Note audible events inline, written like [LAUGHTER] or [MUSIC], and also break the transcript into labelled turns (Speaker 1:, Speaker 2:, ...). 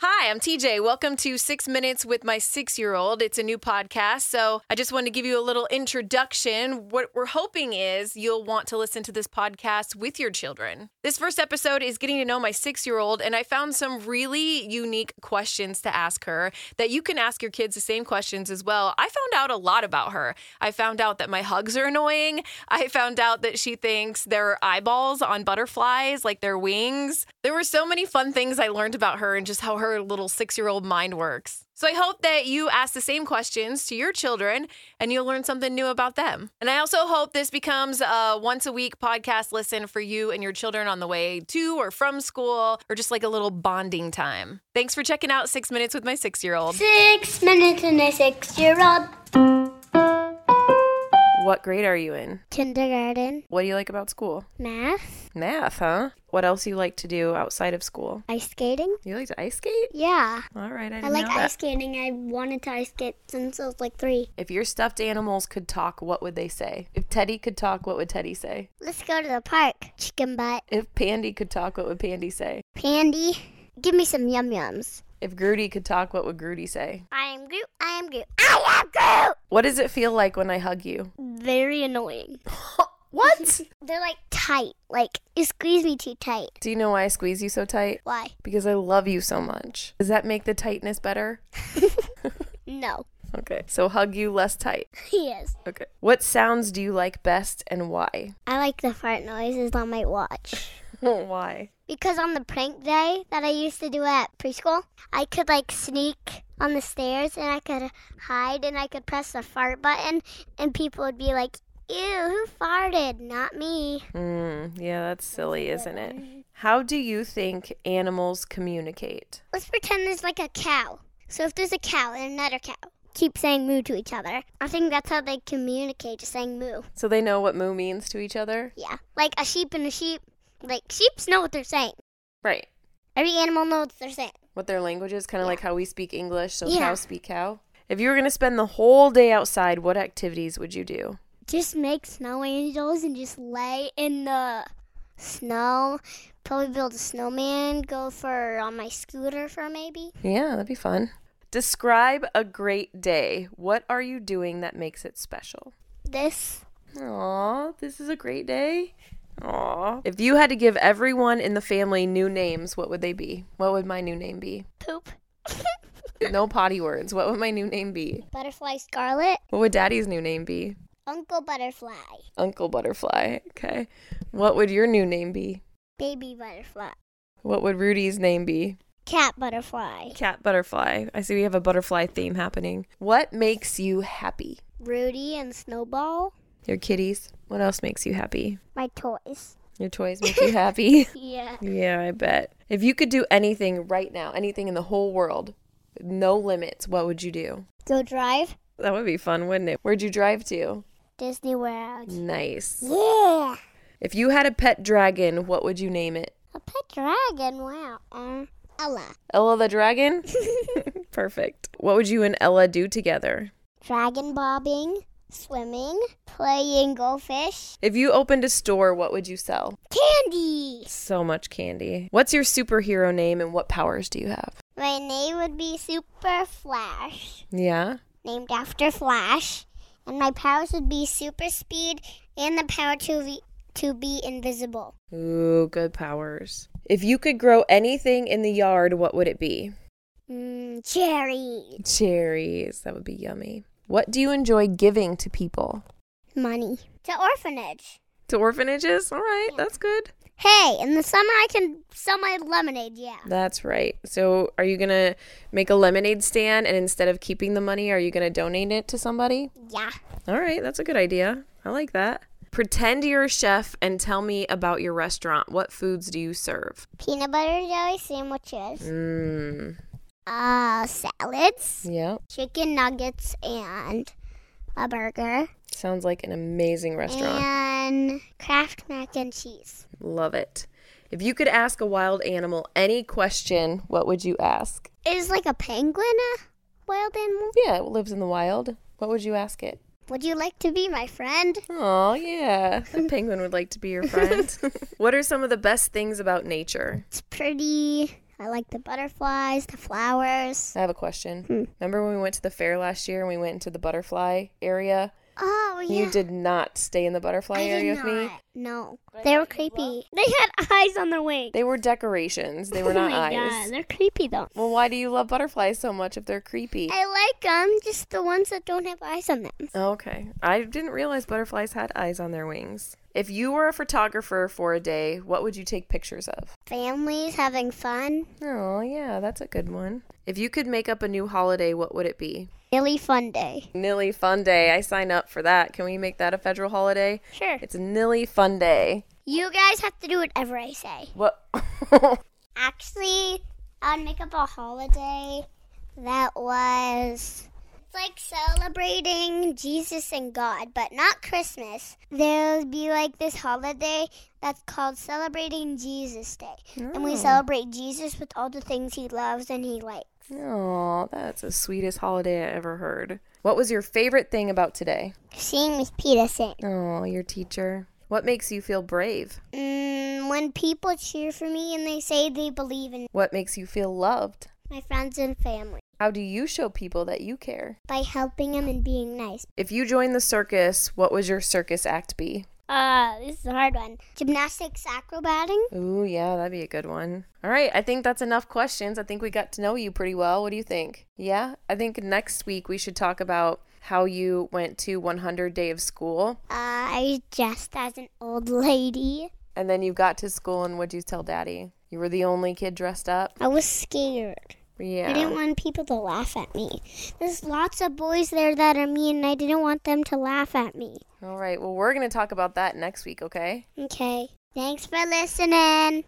Speaker 1: Hi, I'm TJ. Welcome to Six Minutes with My Six Year Old. It's a new podcast, so I just wanted to give you a little introduction. What we're hoping is you'll want to listen to this podcast with your children. This first episode is getting to know my six year old, and I found some really unique questions to ask her that you can ask your kids the same questions as well. I found out a lot about her. I found out that my hugs are annoying. I found out uh, that she thinks their eyeballs on butterflies, like their wings. There were so many fun things I learned about her and just how her her little six year old mind works. So I hope that you ask the same questions to your children and you'll learn something new about them. And I also hope this becomes a once a week podcast listen for you and your children on the way to or from school or just like a little bonding time. Thanks for checking out Six Minutes with My Six Year Old.
Speaker 2: Six minutes and a six year old.
Speaker 1: What grade are you in?
Speaker 2: Kindergarten.
Speaker 1: What do you like about school?
Speaker 2: Math.
Speaker 1: Math, huh? What else you like to do outside of school?
Speaker 2: Ice skating.
Speaker 1: You like to ice skate?
Speaker 2: Yeah.
Speaker 1: All right,
Speaker 2: I like ice skating. I wanted to ice skate since I was like three.
Speaker 1: If your stuffed animals could talk, what would they say? If Teddy could talk, what would Teddy say?
Speaker 2: Let's go to the park. Chicken butt.
Speaker 1: If Pandy could talk, what would Pandy say?
Speaker 2: Pandy. Give me some yum yums.
Speaker 1: If Grudy could talk, what would Grudy say?
Speaker 2: I am Groot. I am Groot. I am
Speaker 1: What does it feel like when I hug
Speaker 2: [LAUGHS]
Speaker 1: you?
Speaker 2: Groot. Very annoying.
Speaker 1: What?
Speaker 2: They're like tight. Like you squeeze me too tight.
Speaker 1: [LAUGHS] Do you know why I squeeze you so tight?
Speaker 2: Why?
Speaker 1: Because I love you so much. Does that make the tightness better?
Speaker 2: No. [LAUGHS]
Speaker 1: Okay. So hug you less tight.
Speaker 2: yes.
Speaker 1: Okay. What sounds do you like best and why?
Speaker 2: I like the fart noises on my watch.
Speaker 1: [LAUGHS] why?
Speaker 2: Because on the prank day that I used to do at preschool, I could like sneak on the stairs and I could hide and I could press the fart button and people would be like, Ew, who farted? Not me.
Speaker 1: Mm, yeah, that's silly, isn't it? How do you think animals communicate?
Speaker 2: Let's pretend there's like a cow. So if there's a cow and another cow keep saying moo to each other, I think that's how they communicate, just saying moo.
Speaker 1: So they know what moo means to each other?
Speaker 2: Yeah. Like a sheep and a sheep. Like sheeps know what they're saying.
Speaker 1: Right.
Speaker 2: Every animal knows what they're saying.
Speaker 1: what their language is, kind of like how we speak English. So
Speaker 2: Yeah.
Speaker 1: cow speak cow. If you were going to spend the whole day outside, what activities would you do?
Speaker 2: just make snow angels and just lay in the snow. Probably build a snowman. Go for on my scooter for maybe.
Speaker 1: Yeah, that'd be fun. Describe a great day. What are you doing that makes it special?
Speaker 2: This
Speaker 1: Aw, this is a great day. Aw. If you had to give everyone in the family new names, what would they be? What would my new name be?
Speaker 2: poop. [LAUGHS]
Speaker 1: No potty words. What would my new name be?
Speaker 2: Butterfly Scarlet.
Speaker 1: What would daddy's new name be?
Speaker 2: Uncle Butterfly.
Speaker 1: Uncle Butterfly. Okay. What would your new name be?
Speaker 2: Baby Butterfly.
Speaker 1: What would Rudy's name be?
Speaker 2: Cat Butterfly.
Speaker 1: Cat butterfly. I see we have a butterfly theme happening. What makes you happy?
Speaker 2: Rudy and Snowball.
Speaker 1: Your kitties. What else makes you happy?
Speaker 2: My toys.
Speaker 1: Your toys make you happy.
Speaker 2: Yeah.
Speaker 1: yeah, I bet. If you could do anything right now, anything in the whole world, no limits, what would you do?
Speaker 2: Go drive.
Speaker 1: That would be fun, wouldn't it? Where'd you drive to?
Speaker 2: Disney World.
Speaker 1: Nice.
Speaker 2: Yeah.
Speaker 1: If you had a pet dragon, what would you name it?
Speaker 2: A pet dragon. Wow. Uh, Ella.
Speaker 1: Ella the dragon? [LAUGHS] Perfect. What would you and Ella do together?
Speaker 2: Dragon bobbing. Swimming. Playing goldfish.
Speaker 1: If you opened a store, what would you sell?
Speaker 2: Candy.
Speaker 1: So much candy. What's your superhero name and what powers do you have?
Speaker 2: My name would be Super Flash,
Speaker 1: Yeah.
Speaker 2: named after Flash, and my powers would be super speed and the power to be, to be invisible.
Speaker 1: Ooh, good powers. If you could grow anything in the yard, what would it be?
Speaker 2: Mm, cherry,
Speaker 1: Cherries. That would be yummy. What do you enjoy giving to people?
Speaker 2: money to orphanage.
Speaker 1: To orphanages? All right, that's good.
Speaker 2: Hey, in the summer I can sell my lemonade. Yeah,
Speaker 1: That's right. So, are you going to make a lemonade stand and instead of keeping the money, are you going to donate it to somebody?
Speaker 2: yeah.
Speaker 1: All right, that's a good idea. I like that. Pretend you're a chef and tell me about your restaurant. What foods do you serve?
Speaker 2: Peanut butter jelly sandwiches,
Speaker 1: Mmm.
Speaker 2: uh, salads,
Speaker 1: Yeah.
Speaker 2: chicken nuggets, and a burger,
Speaker 1: Sounds like an amazing restaurant.
Speaker 2: and Kraft mac and cheese.
Speaker 1: Love it. If you could ask a wild animal any question, what would you ask?
Speaker 2: Is like a penguin a wild animal?
Speaker 1: Yeah, it lives in the wild. What would you ask it?
Speaker 2: Would you like to be my friend?
Speaker 1: Oh, yeah. [LAUGHS] The [LAUGHS] penguin would like to be your friend. what are some of the best things about nature?
Speaker 2: It's pretty I like the butterflies, the flowers.
Speaker 1: I have a question.
Speaker 2: Hmm.
Speaker 1: Remember when we went to the fair last year and we went into the butterfly area?
Speaker 2: Oh, yeah.
Speaker 1: You did not stay in the butterfly
Speaker 2: I did
Speaker 1: area with me.
Speaker 2: not. No. They were creepy. They had eyes on their wings.
Speaker 1: They were decorations. They were not
Speaker 2: [LAUGHS] oh my
Speaker 1: eyes.
Speaker 2: god, they're creepy though.
Speaker 1: Well, why do you love butterflies so much if they're creepy?
Speaker 2: I like them, just the ones that don't have eyes on them.
Speaker 1: Okay. I didn't realize butterflies had eyes on their wings. If you were a photographer for a day, what would you take pictures of?
Speaker 2: Families having fun.
Speaker 1: Oh, yeah, that's a good one. If you could make up a new holiday, what would it be?
Speaker 2: Really fun day.
Speaker 1: Nilly Fun Day. I sign up for that. Can we make that a federal holiday?
Speaker 2: Sure.
Speaker 1: It's Nilly Fun Day.
Speaker 2: You guys have to do whatever I say.
Speaker 1: What? [LAUGHS]
Speaker 2: Actually, I'd make up a holiday that was it's like celebrating Jesus and God, but not Christmas. There'll be like this holiday that's called Celebrating Jesus Day. And we celebrate Jesus with all the things he loves and he likes.
Speaker 1: Oh, that's the sweetest holiday I ever heard. What was your favorite thing about today?
Speaker 2: Seeing Miss Peter sing.
Speaker 1: Oh, your teacher. What makes you feel brave?
Speaker 2: Mm, when people cheer for me and they say they believe in
Speaker 1: What makes you feel loved?
Speaker 2: my friends and family
Speaker 1: How do you show people that you care?
Speaker 2: by helping them and being nice.
Speaker 1: If you joined the circus, what would your circus act be?
Speaker 2: Uh, this is a hard one. Gymnastics, acrobating.
Speaker 1: Ooh, yeah, that'd be a good one. All right, I think that's enough questions. I think we got to know you pretty well. What do you think? Yeah, I think next week we should talk about how you went to 100 Day of School
Speaker 2: Uh, I was dressed as an old lady.
Speaker 1: and then you got to school and what'd you tell daddy? You were the only kid dressed up?
Speaker 2: I was scared. I didn't
Speaker 1: Yeah.
Speaker 2: want people to laugh at me. There's lots of boys there that are mean, and I didn't want them to laugh at me.
Speaker 1: All right, well, we're going to talk about that next week, okay?
Speaker 2: Okay. Thanks for listening.